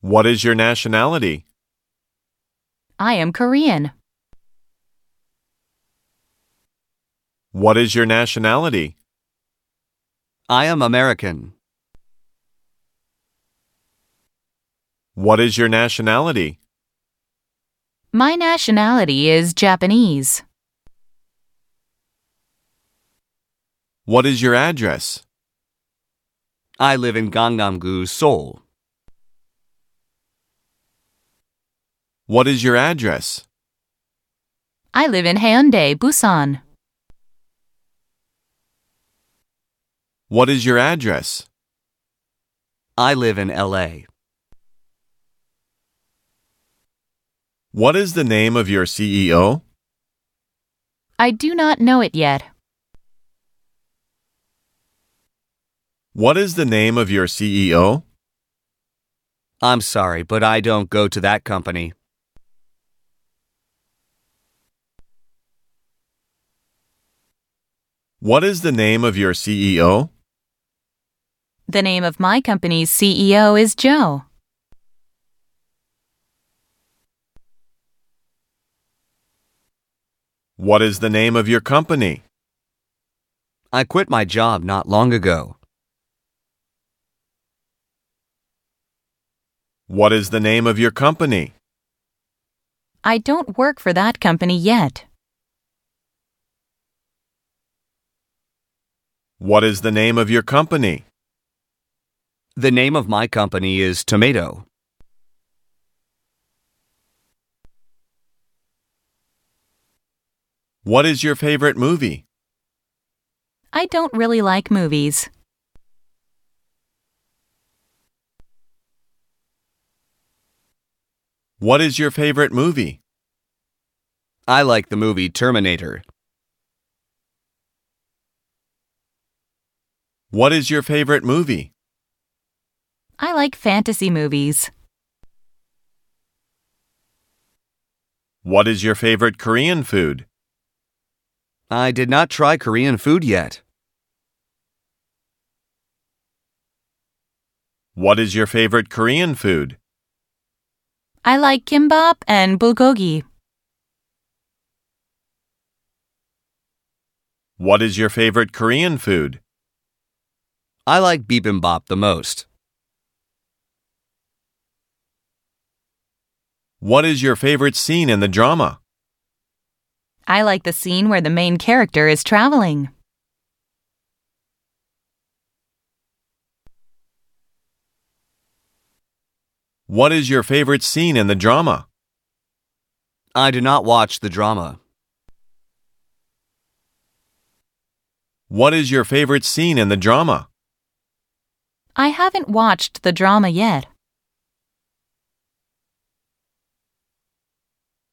What is your nationality? I am Korean. What is your nationality? I am American. What is your nationality? My nationality is Japanese. What is your address? I live in Gangnam-gu, Seoul. What is your address? I live in Hyundai, Busan. What is your address? I live in LA. What is the name of your E CEO? I do not know it yet. What is the name of your E CEO? I'm sorry, but I don't go to that company. What is the name of your E CEO? The name of my company's CEO is Joe. What is the name of your company? I quit my job not long ago. What is the name of your company? I don't work for that company yet. What is the name of your company? The name of my company is Tomato. What is your favorite movie? I don't really like movies. What is your favorite movie? I like the movie Terminator. What is your favorite movie? I like fantasy movies. What is your favorite Korean food? I did not try Korean food yet. What is your favorite Korean food? I like kimbap and bulgogi. What is your favorite Korean food? I like bibimbap the most. What is your favorite scene in the drama? I like the scene where the main character is traveling. What is your favorite scene in the drama? I do not watch the drama. What is your favorite scene in the drama? I haven't watched the drama yet.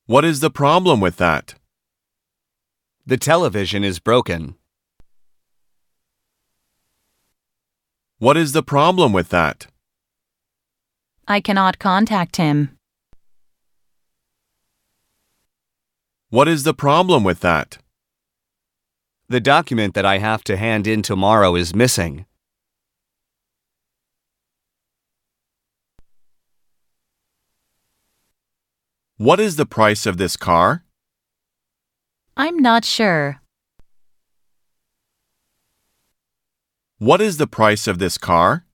What is the problem with that? The television is broken. What is the problem with that? I cannot contact him. What is the problem with that? The document that I have to hand in tomorrow is missing. What is the price of this car? I'm not sure. What is the price of this car?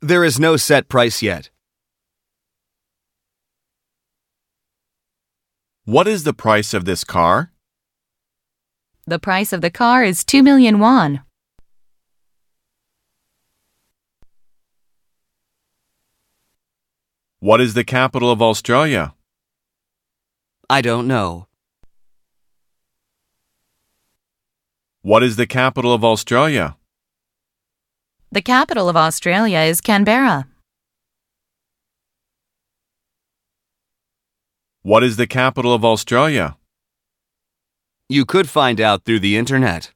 There is no set price yet. What is the price of this car? The price of the car is 2 million won. What is the capital of Australia? I don't know. What is the capital of Australia? The capital of Australia is Canberra. What is the capital of Australia? You could find out through the internet.